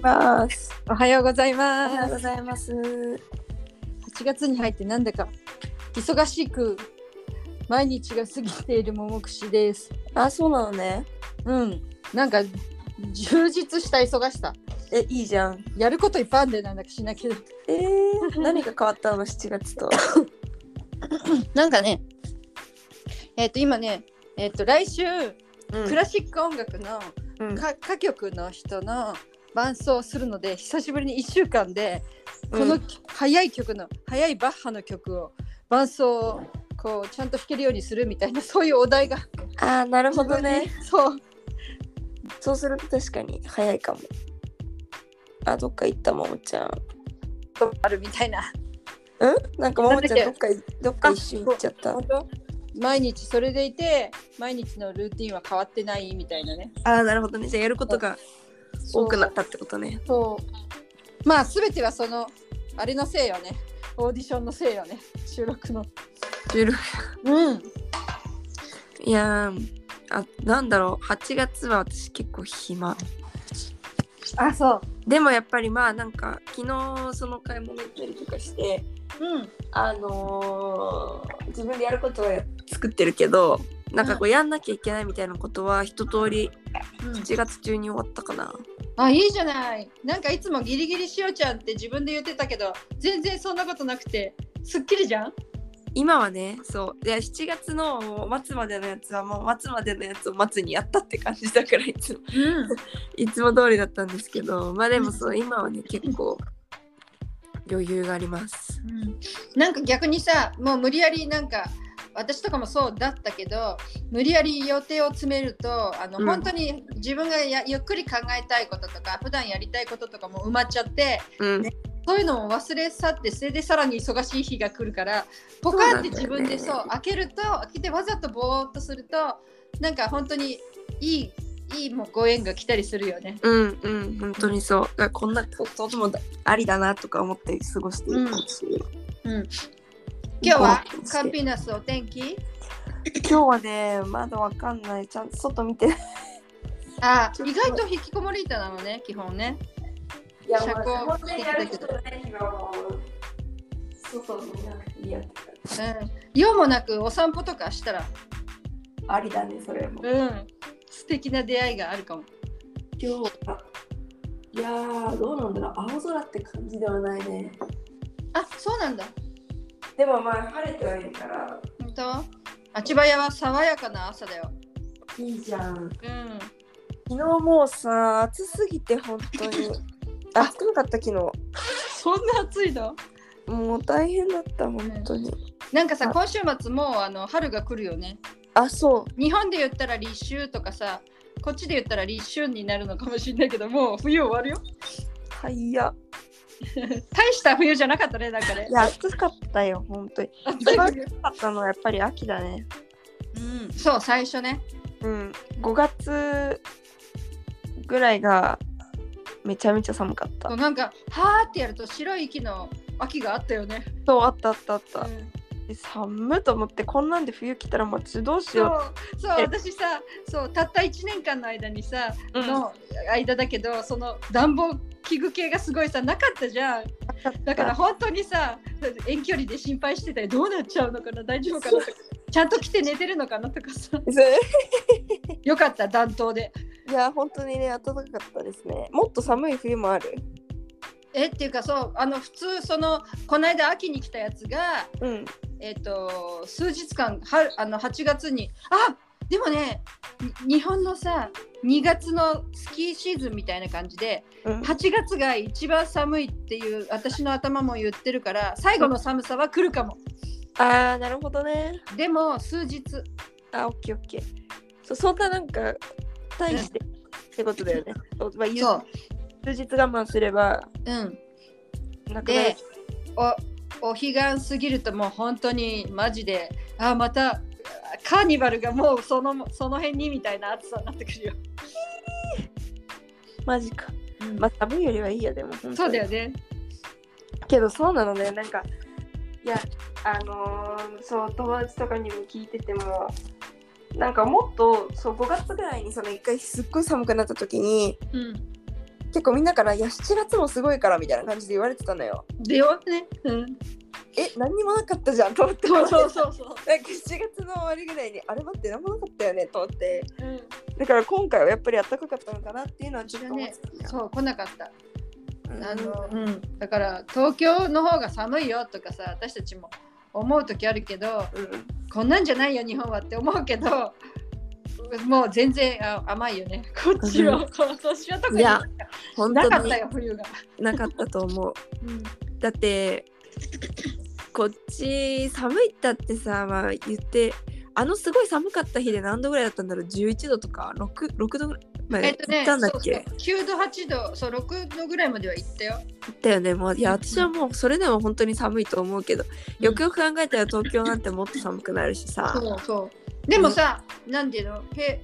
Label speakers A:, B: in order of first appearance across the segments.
A: ます。
B: おはようござい
A: お
B: ま
A: はよう
B: す
A: ございます。
B: 8月に入ってなんだか忙しく毎日が過ぎている桃串です
A: あ、そうなのね。
B: うんなんか充実した忙しさ
A: え、いいじゃん。
B: やることいっぱいあんでなんだかしなきゃ
A: えー、何が変わったの7月と。
B: なんかねえっ、と今ねえっ、と来週
A: うん
B: クラシック音楽の
A: うん
B: か歌曲の人の伴奏をするので久しぶりに1週間でこ
A: う
B: の
A: ん
B: 速い曲の速いバッハの曲を伴奏をこうちゃんと弾けるようにするみたいな そういうお題が
A: あー、なるほどね。
B: そう
A: そうすると確かに早いかも。あ、どっか行ったももちゃん。
B: あるみたいな
A: うんなんかももちゃん
B: な
A: ど
B: ん
A: っかいどっか一周行っちゃった。あ
B: 毎日それでいて毎日のルーティンは変わってないみたいなね
A: ー、なるほどね。じゃあやることが多くなったってことね。
B: そうまあ全てはそのあれのせいよねオーディションのせいよね収録の
A: 16
B: うん
A: いやー、あ、なんだろう。8月は私結構暇。
B: あそ
A: でもやっぱりまあなんか昨日その買い物行ったりとかして
B: ううん
A: あのー自分でやることは作ってるけどなんかこうやんなきゃいけないみたいなことは一通り
B: うん
A: 1月中に終わったかな、
B: あいいじゃないなんかいつもギリギリしおちゃんって自分で言ってたけど全然そんなことなくてすっきりじゃん
A: 今はねそうで7月のもう末までのやつはもう末までのやつを末にやったって感じだからいつも
B: うん
A: いつも通りだったんですけどまあでもそう今はね結構余裕があります
B: うんなんか逆にさもう無理やりなんか私とかもそうだったけど無理やり予定を詰めるとあの、
A: うん
B: 本当に自分がやゆっくり考えたいこととか普段やりたいこととかも埋まっちゃって
A: うん
B: そういうのも忘れ去ってそれでさらに忙しい日が来るからポ
A: そう
B: カ
A: な
B: っ
A: んだよ
B: て
A: ね
B: 自分でそう開けると開けてわざとぼーっとするとなんか本当にいいいいもうご縁が来たりするよね。
A: うんうん本当にそうだからこんなこともだありだなとか思って過ごしているし、
B: うん、今日は
A: そうですね
B: カンピナスお天気
A: 今日はねまだわかんないちゃんと外見てない
B: あ意外と引きこもり板なのね基本ね。
A: い
B: やもう本当にやること
A: ない日はもう外見なくていいや
B: うん、用もなくお散歩とかしたら、
A: ありだねそれも
B: うん、素敵な出会いがあるかも。
A: 今日はいやーどうなんだろう青空って感じではないね
B: あ、そうなんだ。
A: でもまあ晴れてはいるから
B: 本当。あちばやは爽やかな朝だよ。
A: いいじゃん
B: うん。
A: 昨日もうさ暑すぎて本当 に暑くなかった昨日
B: そんな暑いの。
A: もう大変だった本当に
B: なんかさ、
A: あ
B: 今週末もうあの春が来るよね。
A: あそう
B: 日本で言ったら立秋とかさ、こっちで言ったら立春になるのかもしれないけど、もう冬終わるよ。
A: はいや
B: 大した冬じゃなかったね、なんかね
A: い。や暑かったよ本当に
B: 暑
A: 一
B: い
A: 番
B: 冬
A: 暑かったのはやっぱり秋だね
B: うん、そう、最初ね。
A: うん5月ぐらいがめちゃめちゃ寒かっ
B: そ
A: た
B: うなんか、はーってやると白い息の秋があったよね。
A: そうあったあったあっ
B: う
A: た
B: ん
A: で寒いと思ってこんなんで冬来たらもうどうし
B: そ
A: よ
B: うそう私さそうたった1年間の間にさ、
A: う、うん、
B: の間だけどその暖房器具系がすごいさなかったじゃんだから本当にさ遠距離で心配してたりどうなっちゃうのかな大丈夫かなとかちゃんと来て寝てるのかなと かさ
A: そ
B: よかった暖冬で
A: ういや本当にね暖かかったですねもっと寒い冬もある
B: えっていうかそうあの普通そのこの間秋に来たやつが
A: うん
B: えっ、と数日間はあの8月にあでもねに日本のさ2月のスキーシーズンみたいな感じで
A: うん
B: 8月が一番寒いっていう私の頭も言ってるから最後の寒さは来るかも
A: あーなるほどね
B: でも数日
A: あオッケーオッケーそそんななんか大してってことだよねそうまあ言う
B: そう
A: 数日我慢すれば
B: うん
A: なくなる
B: でおお彼岸過ぎるともう本当にマジであまたカーニバルがもうそのその辺にみたいな暑さになってくるよ、
A: マジか
B: うん
A: まあ寒いよりはいいやでも本当に
B: そうだよね
A: けどそうなのねなんかいやあのーそう友達とかにも聞いててもなんかもっとそう5月ぐらいにその一回すっごい寒くなった時に
B: うん
A: 結構みんなから「いや7月もすごいから」みたいな感じで言われてたのよ
B: でよね、うん、
A: え何にもなかったじゃんと思って
B: そうそうそうそう、
A: なんか7月の終わりぐらいにあれ待って何もなかったよねと思って
B: うん、
A: だから今回はやっぱり暖かかったのかなっていうのはちょっと思ってた
B: そう来なかった
A: うん
B: あの、うん、だから東京の方が寒いよとかさ私たちも思う時あるけど
A: うん
B: こんなんじゃないよ日本はって思うけどもう全然あ甘いよ ねこっちは、
A: う
B: この年は特に
A: いや
B: な
A: 本
B: か
A: 当
B: っ
A: に
B: たよ冬が、
A: なかったと思う
B: うん
A: だってこっち寒いったってさまあ言ってあのすごい寒かった日で何度ぐらいだったんだろう11度とか 6, 6度ぐらいまで
B: えっと
A: 行
B: ね
A: ったんだっけ、
B: そうそう9度8度そう6度ぐらいまでは行ったよ
A: 行ったよねもういや私はもうそれでも本当に寒いと思うけどよくよく考えたら東京なんてもっと寒くなるしさ
B: そうそうでもさ、なんていうのへ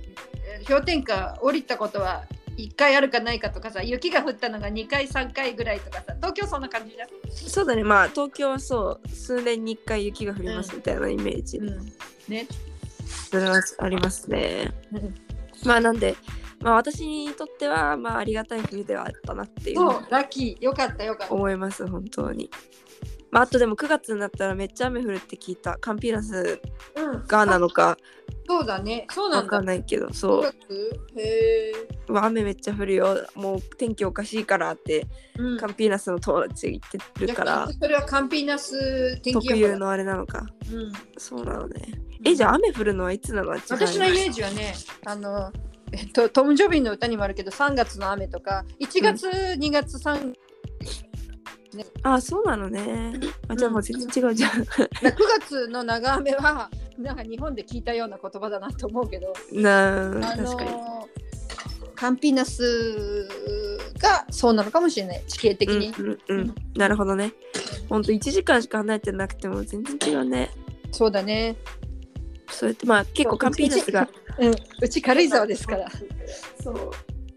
B: えー氷点下降りたことは1回あるかないかとかさ雪が降ったのが2回3回ぐらいとかさ東京そんな感じじゃん、
A: そうだねまあ東京はそう数年に1回雪が降りますみたいなイメージ、
B: ね
A: それはありますねまあなんでまあ私にとってはまあありがたい冬ではあったなっていう
B: そうラッキーよかったよかった
A: 思います本当に。まあ、あとでも9月になったらめっちゃ雨降るって聞いたカンピーナス
B: うん
A: がなのか
B: そうだねそうな
A: わ
B: ん
A: か
B: だ
A: んないけどそう
B: へえ
A: うわ雨めっちゃ降るよもう天気おかしいからって
B: うん
A: カンピーナスの友達が言ってるから
B: じゃあそれはカンピーナス天気
A: 特
B: 予
A: 有
B: 報だ、
A: のあれなのか
B: うん、
A: そうなのねえじゃあ雨降るのはいつなの
B: 私のイメージはねあの、えっと、トム・ジョビンの歌にもあるけど3月の雨とか1月、2月3
A: あそうなのねあじゃあもう全然違うじゃん
B: 9月の長雨は なんか日本で聞いたような言葉だなと思うけど、
A: なあ
B: あの
A: 確かに
B: カンピーナスがそうなのかもしれない地形的に、
A: うんうんうんなるほどねほんと1時間しか離れてなくても全然違うね
B: そうだね
A: そうやってまあ結構カンピーナスが
B: うんうち軽井沢ですから、
A: そう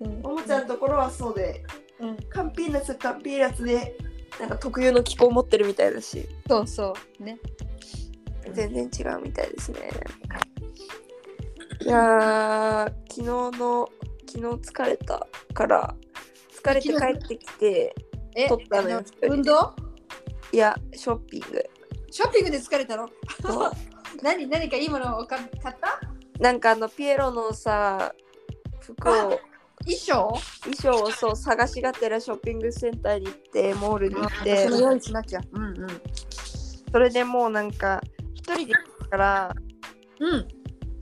B: うん
A: おもちゃのところはそうで
B: うん、
A: カンピーナスカンピーナスでなんか特有の気候を持ってるみたいだし
B: そうそうね
A: 全然違うみたいですねいやー昨日の昨日疲れたから疲れて帰ってきて
B: え
A: 撮ったのよ
B: あ運動
A: いやショッピン グ
B: ショッピングで疲れたの
A: そう
B: 何何かいいものを買買った
A: なんかあのピエロのさ服を
B: 衣装
A: 衣装をそう探しがてらショッピングセンターに行ってモールに行っ
B: で
A: て
B: その用意しなきゃうん
A: それでもうなんか一人で行ったから
B: うんうん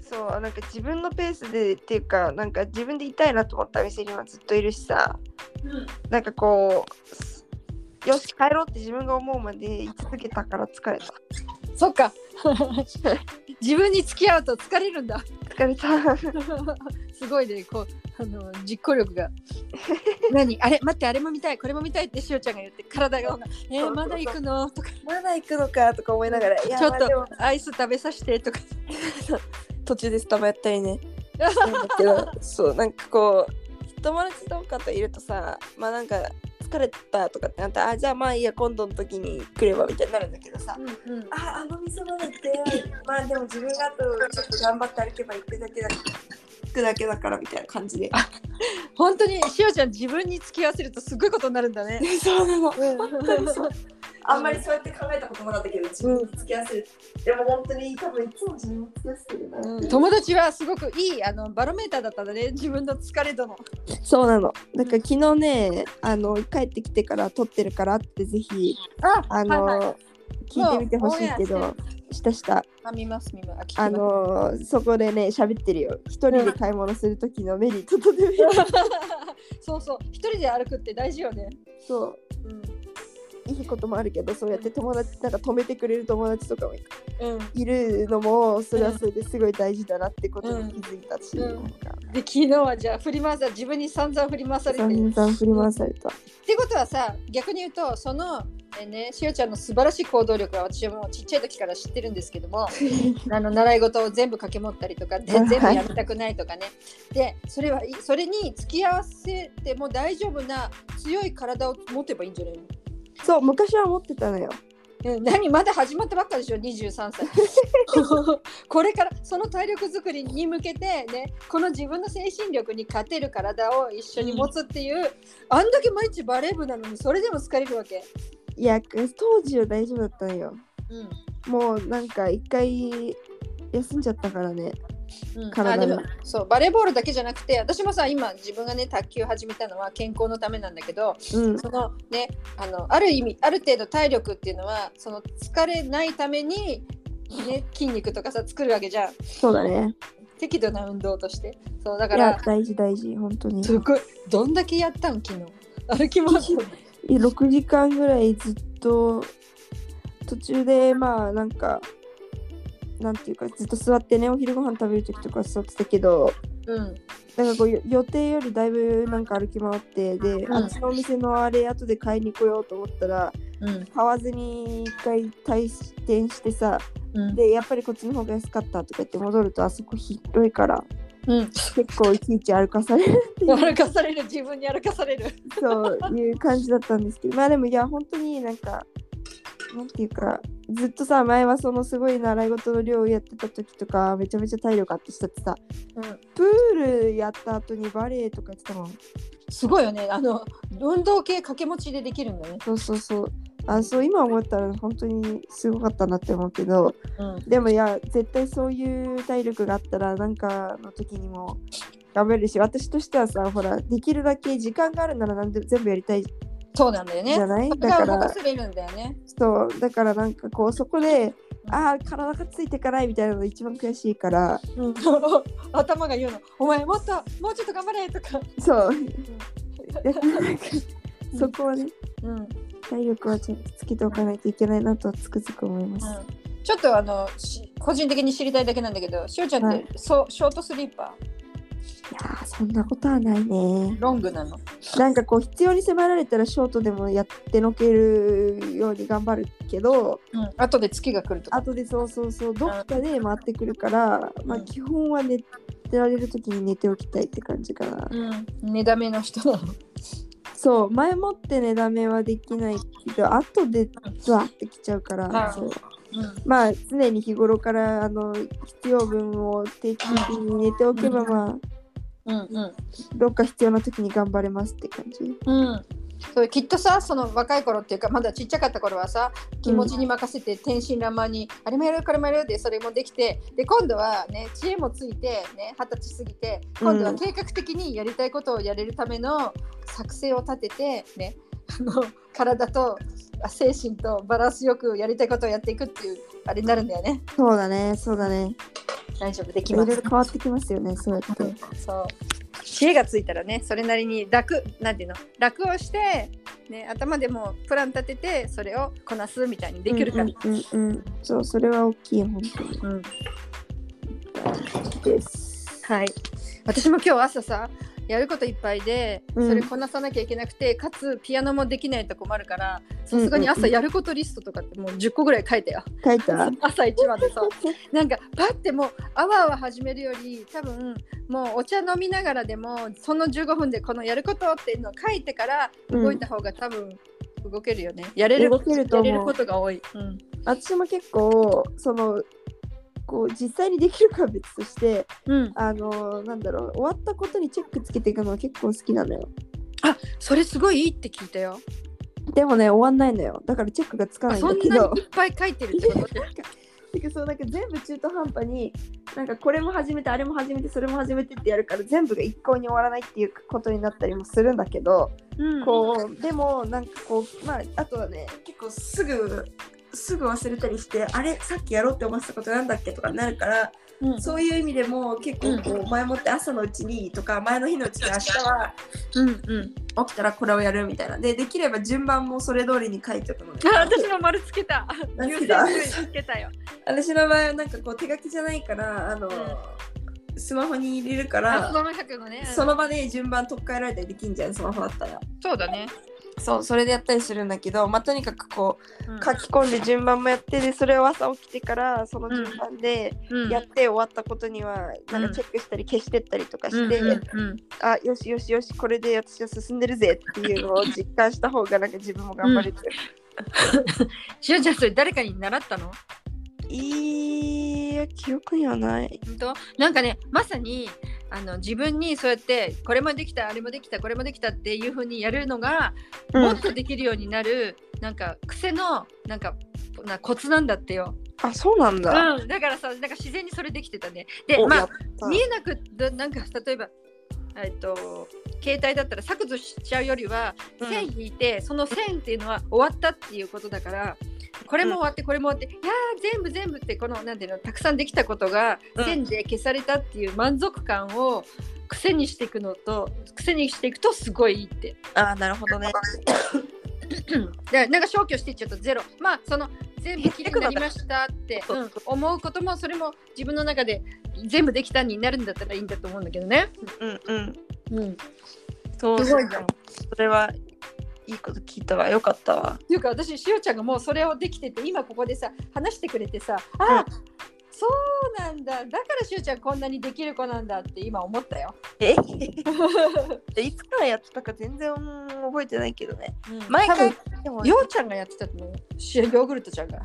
A: そうなんか自分のペースでっていうかなんか自分でいたいなと思った店にはずっといるしさなんかこうよし帰ろうって自分が思うまで居続けたから疲れた
B: そっか自分に付き合うと疲れるんだ
A: 疲れた
B: すごいねこうあの実行力が何あれ待ってあれも見たいこれも見たいってしおちゃんが言って体が「えーまだ行くの?」とか
A: まだ行くのかとか思いながらい
B: 「
A: や
B: ちょっ
A: まあで
B: と
A: も
B: アイス食べさせて」とか
A: 途中でスタバやったり ねなんだけどそうなんかこう友達とかといるとさまあなんか疲れたとかってなったらあじゃあまあいいや今度の時に来ればみたいになるんだけどさ
B: うんうん
A: ああの店まで行ってまあでも自分があとちょっと頑張って歩けば行くだけだ行くだけだからみたいな感じで
B: 本当にしおちゃん自分に付き合わせるとすごいことになるんだね
A: そうなの
B: 本
A: 当に そうあんまりそうやって考えたこともなかったけど自分に付き合わせる、でも本当に多分いつも自分に付き合わせてるな、
B: 友達はすごくいいあのバロメーターだったんだね自分の疲れ度の
A: そうなのだから昨日ねあの帰ってきてから撮ってるからってぜひ
B: あ
A: あの、
B: はいはい
A: 聞いてみてほしいけ
B: もうオンエア
A: どしたした
B: あ見ます見ます聞きます
A: あのそこでね喋ってるよ一人で買い物する時のメリットとデメ リット
B: そうそう一人で歩くって大事よね、
A: そう
B: うん
A: いいこともあるけどそうやって友達なんか止めてくれる友達とかも
B: うん、
A: いるのもそれはそれですごい大事だなってことに気づいたし、
B: うん
A: なんか
B: で昨日はじゃあ振り回さ自分に散々振り回されて
A: 散
B: っ
A: 々振り回された、
B: てことはさ逆に言うとそのえーねしおちゃんの素晴らしい行動力は私はもうちっちゃい時から知ってるんですけ どもあの習い事を全部掛け持ったりとかで
A: はい
B: 全部やりたくないとかねでそれはいそれに付き合わせても大丈夫な強い体を持てばいいんじゃないの
A: そう昔は持ってたのよ
B: うん何まだ始まったばっかでしょ23歳 これからその体力づくりに向けてねこの自分の精神力に勝てる体を一緒に持つっていう、あんだけ毎日バレー部なのにそれでも疲れるわけ、
A: いや当時は大丈夫だったのよもうなんか一回休んじゃったからね
B: うん
A: 体
B: あでも
A: が
B: そうバレーボールだけじゃなくて私もさ今自分がね卓球始めたのは健康のためなんだけど、
A: うん
B: そのねあのある意味ある程度体力っていうのはその疲れないために、ね、筋肉とかさ作るわけじゃん
A: そうだね
B: 適度な運動としてそうだ
A: い
B: か
A: や
B: ら
A: 大事大事本当に
B: すごいどんだけやったん昨日歩き回って
A: いや6時間ぐらいずっと途中でまあなんかなんていうかずっと座ってねお昼ご飯食べる時とか座ってたけど
B: うん
A: なんかこうよ予定よりだいぶなんか歩き回ってで、
B: うん
A: あっちのお店のあれ後で買いに来ようと思ったら
B: うん
A: 買わずに一回退店してさ
B: うん
A: でやっぱりこっちの方が安かったとか言って戻るとあそこ広いから
B: うん
A: 結構いちいち歩かされるっていう
B: 歩かされる自分に歩かされる
A: そういう感じだったんですけどまあでもいや本当になんかなんていうかずっとさ前はそのすごい習い事の量をやってた時とかめちゃめちゃ体力あってしたってさ
B: うん
A: プールやった後にバレエとかやってたもん
B: すごいよねあの運動系掛け持ちでできるんだね
A: そうそうそうあそう今思ったら本当にすごかったなって思うけど
B: うん
A: でもいや絶対そういう体力があったらなんかの時にも頑張れるし私としてはさほらできるだけ時間があるなら何でも全部やりたいじ
B: そうなんだよね
A: ゃない、
B: それ
A: だか
B: が動
A: ら
B: かされるんだよね
A: そうだからなんかこうそこでああ体がついてかないみたいなのが一番悔しいから
B: うん 頭が言うの「お前もっともうちょっと頑張れ」とか、
A: そうだからなんか そこはね
B: うんうん、
A: 体力はちゃんとつけておかないといけないなとつくづく思います、
B: ちょっとあのし個人的に知りたいだけなんだけどしおちゃんって、そうショートスリーパ
A: いやーそんなことはないね
B: ーロングなの
A: なんかこう必要に迫られたらショートでもやってのけるように頑張るけど
B: うん後で月が来るとか
A: 後でそうそうそうどっかで回ってくるから、まあ
B: うん
A: 基本は寝てられる時に寝ておきたいって感じかな
B: うん寝だめの人なの
A: そう前もってねダメはできないけど後でズワってきちゃうから、
B: うん
A: そう
B: うん
A: まあ常に日頃からあの必要分を定期的に寝ておけば、
B: うん
A: まあ
B: うん
A: どっか必要な時に頑張れますって感じ
B: うんうんそれきっとさその若い頃っていうかまだちっちゃかった頃はさ気持ちに任せて天真爛漫に、あれもやるこれもやるでそれもできてで今度はね知恵もついてね二十歳過ぎて今度は計画的にやりたいことをやれるための作戦を立ててねあの体とあ精神とバランスよくやりたいことをやっていくっていうあれになるんだよね
A: そうだねそうだね
B: 大丈夫で
A: い
B: き
A: ろ
B: ま
A: いろ
B: す
A: 変わってきますよねそうやって
B: そう知恵がついたらねそれなりに楽なんていうの楽をして、ね、頭でもプラン立ててそれをこなすみたいにできるから、
A: うんうんうんうんそうそれは大きい本
B: うん
A: 当です
B: はい私も今日朝さやることいっぱいでそ
A: うん
B: れこなさなきゃいけなくて、かつピアノもできないと困るからさすがに
A: うん
B: 朝
A: うん
B: やることリストとかってもう10個ぐらい書いたよ
A: 書いた
B: 朝一番でさなんかパッてもうあわあわ始めるより多分もうお茶飲みながらでもその15分でこのやることっていうのを書いてから
A: うん
B: 動いた方が多分動けるよね、やれる
A: 動けると思う
B: やれることが多い、うん
A: 私も結構そのこう実際にできるかは別として
B: うん、
A: あのなんだろう終わったことにチェックつけていくのは結構好きなのよ
B: それすごいいいって聞いたよ
A: でもね終わんないのよだからチェックがつか
B: あ
A: ないん
B: そ
A: だ
B: ん
A: け
B: な
A: ど
B: にいっぱい書いてるってこと
A: てかそうなんか全部中途半端になんかこれも始めてあれも始めてそれも始めてってやるから全部が一向に終わらないっていうことになったりもするんだけど、
B: うん
A: こ うでもなんかこうまああとはね結構すぐすぐ忘れたりしてあれさっきやろうって思ってたことなんだっけとかなるから
B: うん
A: そういう意味でも結構こう前もって朝のうちにとか前の日のうちに明日は
B: うんうん
A: 起きたらこれをやるみたいなでできれば順番もそれ通りに書いておくので
B: あ私も丸つけた
A: 何
B: 優先
A: だ
B: 順位つけたよ
A: 私の場合はなんかこう手書きじゃないからあの、スマホに入れるか
B: あそ
A: ら
B: の100のね
A: その場で順番取っ換えられたりできんじゃんスマホだったら
B: そうだね、
A: そうそれでやったりするんだけどまあとにかくこ
B: うん
A: う書き込んで順番もやってでそれを朝起きてからその順番で
B: うん
A: やって終わったことにはなんかチェックしたり消してったりとかして、
B: うんうんうん
A: あよしよしよしこれで私は進んでるぜっていうのを実感した方がなんか自分も頑張れる、
B: しおちゃんそれ誰かに習ったの
A: いや記憶にはない
B: 本当なんかねまさにあの自分にそうやってこれもできたあれもできたこれもできたっていう風にやるのが、もっとできるようになるなんか癖のなんかなコツなんだってよ、
A: あそうなん
B: う
A: だ、
B: ん、だからさなんか自然にそれできてたねで
A: お
B: ま
A: や
B: あ
A: た
B: 見えなくだなんか例えばえっと携帯だったら削除しちゃうよりは
A: うん
B: 線引いて、その線っていうのは終わったっていうことだからこれも終わってこれも終わって、いやー全部全部ってこのなんていうのたくさんできたことが
A: うん
B: 線で消されたっていう満足感を癖にしていくのと癖にしていくとすごいいいって。
A: あなるほどね
B: でなんか消去していっちゃうとゼロまあその全部きれいになりましたって、
A: そう
B: うん思うこともそれも自分の中で全部できたになるんだったらいいんだと思うんだけどね。
A: うんうん
B: うん、
A: そう
B: すごいじゃん。
A: それはいいこと聞いたわよかったわ
B: っていうか私しおちゃんがもうそれをできてて今ここでさ話してくれてさあ、
A: うん
B: そうなんだだからしおちゃんこんなにできる子なんだって今思ったよ。
A: え いつからやってたか全然覚えてないけどね
B: 毎
A: 毎
B: 回
A: 回でも
B: ようちゃんがやってたと思うしヨーグルトちゃんが。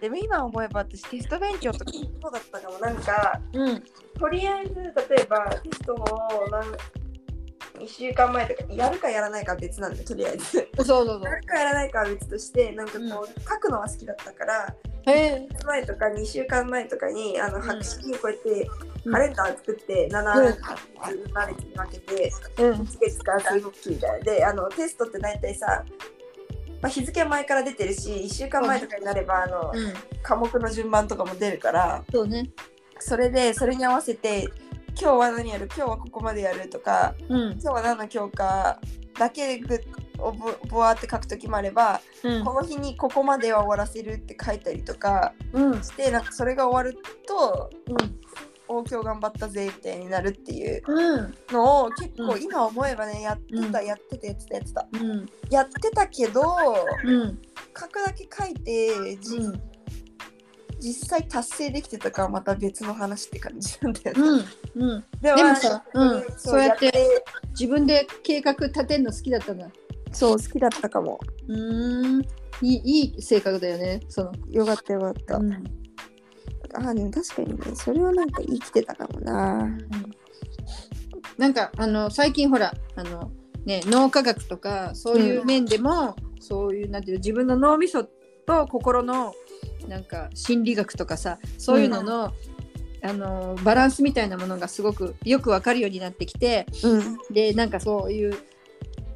A: でも今思えば私テスト勉強とかそうだったかもなんか
B: うん
A: とりあえず例えばテストの何2週間前とかやるかやらないかは別なんでとりあえず
B: そうそうそう
A: や。るかやらないかは別としてなんかこう、
B: うん
A: 書くのは好きだったから
B: へえ
A: 前とか2週間前とかにあの
B: ん
A: 白紙にこうやって
B: うん
A: カレンダー作って7
B: うん
A: 月7日に分けて
B: うん
A: 1月から水木みたいなであのテストって大体さ、まあ、日付は前から出てるし1週間前とかになればあの
B: うん
A: 科目の順番とかも出るから
B: そうね。
A: それでそれに合わせて今日は何やる今日はここまでやるとか
B: うん
A: 今日は何の教科だけぐをぼぼわって書く時もあれば、
B: うん
A: この日にここまでは終わらせるって書いたりとか
B: うん
A: してなんかそれが終わると
B: うん
A: 応今日頑張ったぜみたいになるっていう
B: うん
A: のを結構
B: うん
A: 今思えばねやってた
B: う
A: やってたやってたやってた
B: うん
A: やってたけど
B: うん
A: 書くだけ書いてじ実際達成できてたかはまた別の話って感じなんだよね。
B: うんうん
A: で
B: でもさうんそうやって
A: やって
B: 自分で計画立てるの好きだったんだ。
A: そう好きだったかも。
B: うーんいいいい性格だよねその。
A: よかったよかった。ああでも確かにねそれはなんか生きてたかもな。
B: なんかあの最近ほらあの、ね、脳科学とかそういう面でも、そういうなんていうの自分の脳みそと心のなんか心理学とかさそういうのの,、あのバランスみたいなものがすごくよくわかるようになってきて
A: うん
B: でなんかそういう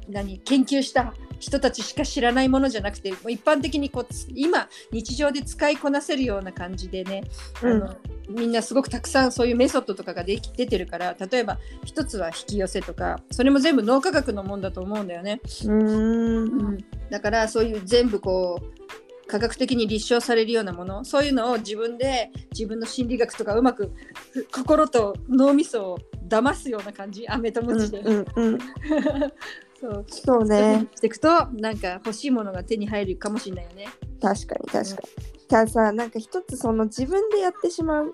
B: 何研究した人たちしか知らないものじゃなくてもう一般的にこうつ今日常で使いこなせるような感じでねあ
A: う
B: の
A: ん
B: みんなすごくたくさんそういうメソッドとかができ出てるから例えば一つは引き寄せとかそれも全部脳科学のもんだと思うんだよね、
A: うん
B: だからそういう全部こう科学的に立証されるようなものそういうのを自分で自分の心理学とかうまくふ心と脳みそを騙すような感じ飴とムチで、
A: うんうん
B: そう
A: そうね
B: していくとなんか欲しいものが手に入るかもしれないよね。
A: 確かに確かに。たださなんか一つその自分でやってしまう。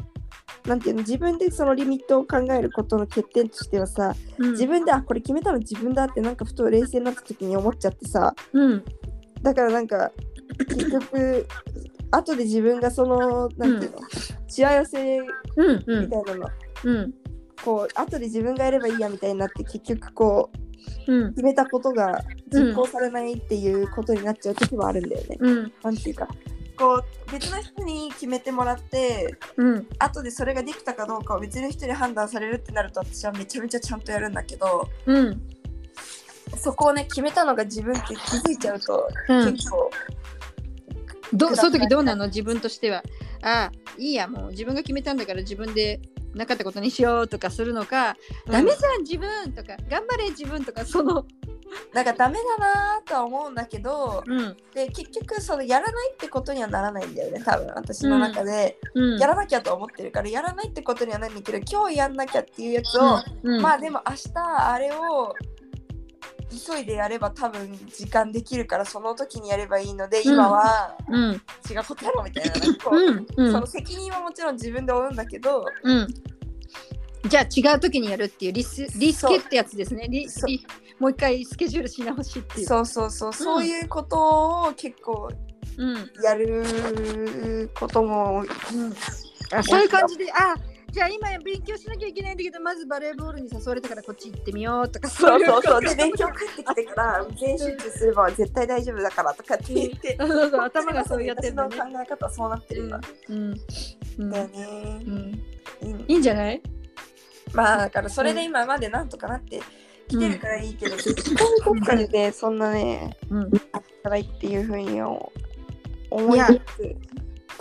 A: なんていうの自分でそのリミットを考えることの欠点としてはさ、自分であこれ決めたの自分だってなんかふと冷静になった時に思っちゃってさ、
B: うん
A: だからなんか結局後で自分がそのなんていうの、しわ寄せみ
B: うんうん
A: たいなの、
B: うん
A: こう後で自分がやればいいやみたいになって結局こう
B: うん
A: 決めたことが実行されないっていうことになっちゃう時もあるんだよね。
B: うん
A: なんていうかこう別の人に決めてもらって
B: うん
A: 後でそれができたかどうかを別の人に判断されるってなると私はめちゃめちゃちゃんとやるんだけど
B: うん
A: そこをね決めたのが自分って気づいちゃうと
B: うん
A: 結構、
B: どうそういう時どうなの自分としてはああいいやもう自分が決めたんだから自分でなかったことにしようとかするのか、ダメじゃん自分とか頑張れ自分とかその
A: なんかダメだなーとは思うんだけど
B: うん
A: で結局そのやらないってことにはならないんだよね多分私の中で、
B: うん
A: やらなきゃと思ってるからやらないってことにはなるんだけど今日やんなきゃっていうやつを、
B: うん
A: まあでも明日あれを急いでやれば多分時間できるからその時にやればいいので
B: うん
A: 今は
B: う
A: 違
B: ん
A: うことやろうみたいななんかこう
B: うんう
A: そ
B: ん
A: の責任はもちろん自分で負うんだけど
B: うんじゃあ違う時にやるっていうリスリスケってやつですねリ
A: そう
B: リもう一回スケジュールし直しっていう
A: そうそうそう、そういうことを結構
B: うん
A: やることも
B: うんあそういう感じであじゃあ今勉強しなきゃいけないんだけどまずバレーボールに誘われたからこっち行ってみようとか
A: そうそうそう
B: い
A: で勉強帰ってきてから全集中すれば絶対大丈夫だからとかって言って
B: そうそうそう頭がそうやって
A: 私
B: るんだ
A: の
B: ね
A: 考え方はそうなってる今、
B: うんうん
A: だよね
B: うん
A: うん
B: いいんじゃない
A: まあだからそれで今までなんとかなってきてるからいいけど、結婚国家でねそんなね
B: うん
A: あったらいいっていうふうには思い
B: いや
A: つつ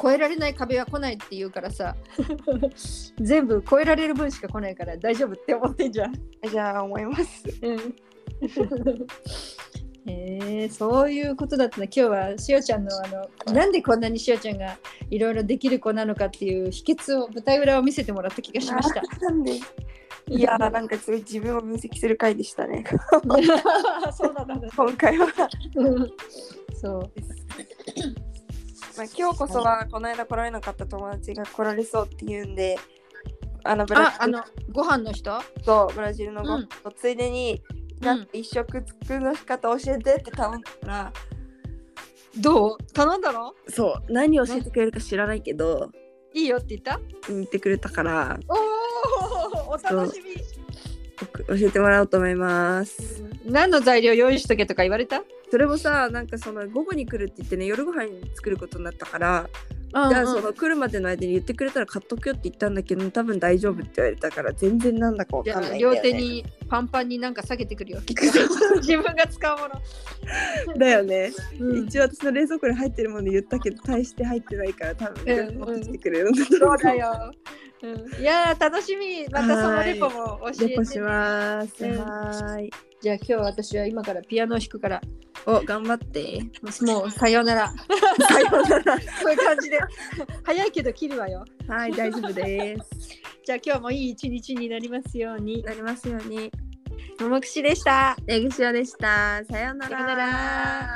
B: 超えられない壁は来ないって言うからさ 全部超えられる分しか来ないから大丈夫って思ってんじゃん。
A: じゃあ思います
B: うん、えーそういうことだったな今日はしおちゃんのあのなんでこんなにしおちゃんがいろいろできる子なのかっていう秘訣を舞台裏を見せてもらった気がしました。
A: なんでいやーなんかすごい自分を分析する回でしたね
B: そうなんだ、ね
A: 今回は、
B: うんそう
A: まあ、今日こそはこの間来られなかった友達が来られそうっていうんであのブラジ
B: ああ
A: ル
B: のご飯の人
A: とブラジルのご
B: う
A: 飯
B: ん
A: とついでに、なんか一食作の仕方教えてって頼んだから、
B: どう頼んだの
A: そう何を教えてくれるか知らないけど
B: いいよって言った
A: 言ってくれたから
B: おおお楽しみ
A: 僕教えてもらおうと思います
B: 何の材料用意しとけとか言われた
A: それもさなんかその午後に来るって言ってね夜ご飯作ることになったから
B: うん
A: じゃあその来るまでの間に言ってくれたら買っとくよって言ったんだけど多分大丈夫って言われたから全然なんだかわ
B: じ
A: か
B: ゃ
A: んない
B: あ
A: んだよ、
B: 両
A: ね、
B: 手にパンパンになんか下げてくるよ。自分が使うもの。
A: だよね、
B: うん、
A: 一応私の冷蔵庫に入ってるもの言ったけど大して入ってないから多分
B: うん
A: 持ってきてくれるんだと
B: そ
A: 思
B: うだよ。うん、いやー楽しみ。またそのレポも教え
A: レ
B: て、
A: ポします、
B: うん
A: はーい
B: じゃあ今日私は今からピアノを弾くから、
A: お頑張って
B: もうさようなら。
A: さようなら
B: そういう感じで。 早いけど切るわよ。
A: はい大丈夫です
B: じゃあ今日もいい一日になりますように。
A: なりますように
B: ももくしでした。
A: レグシオでしたさような
B: さようなら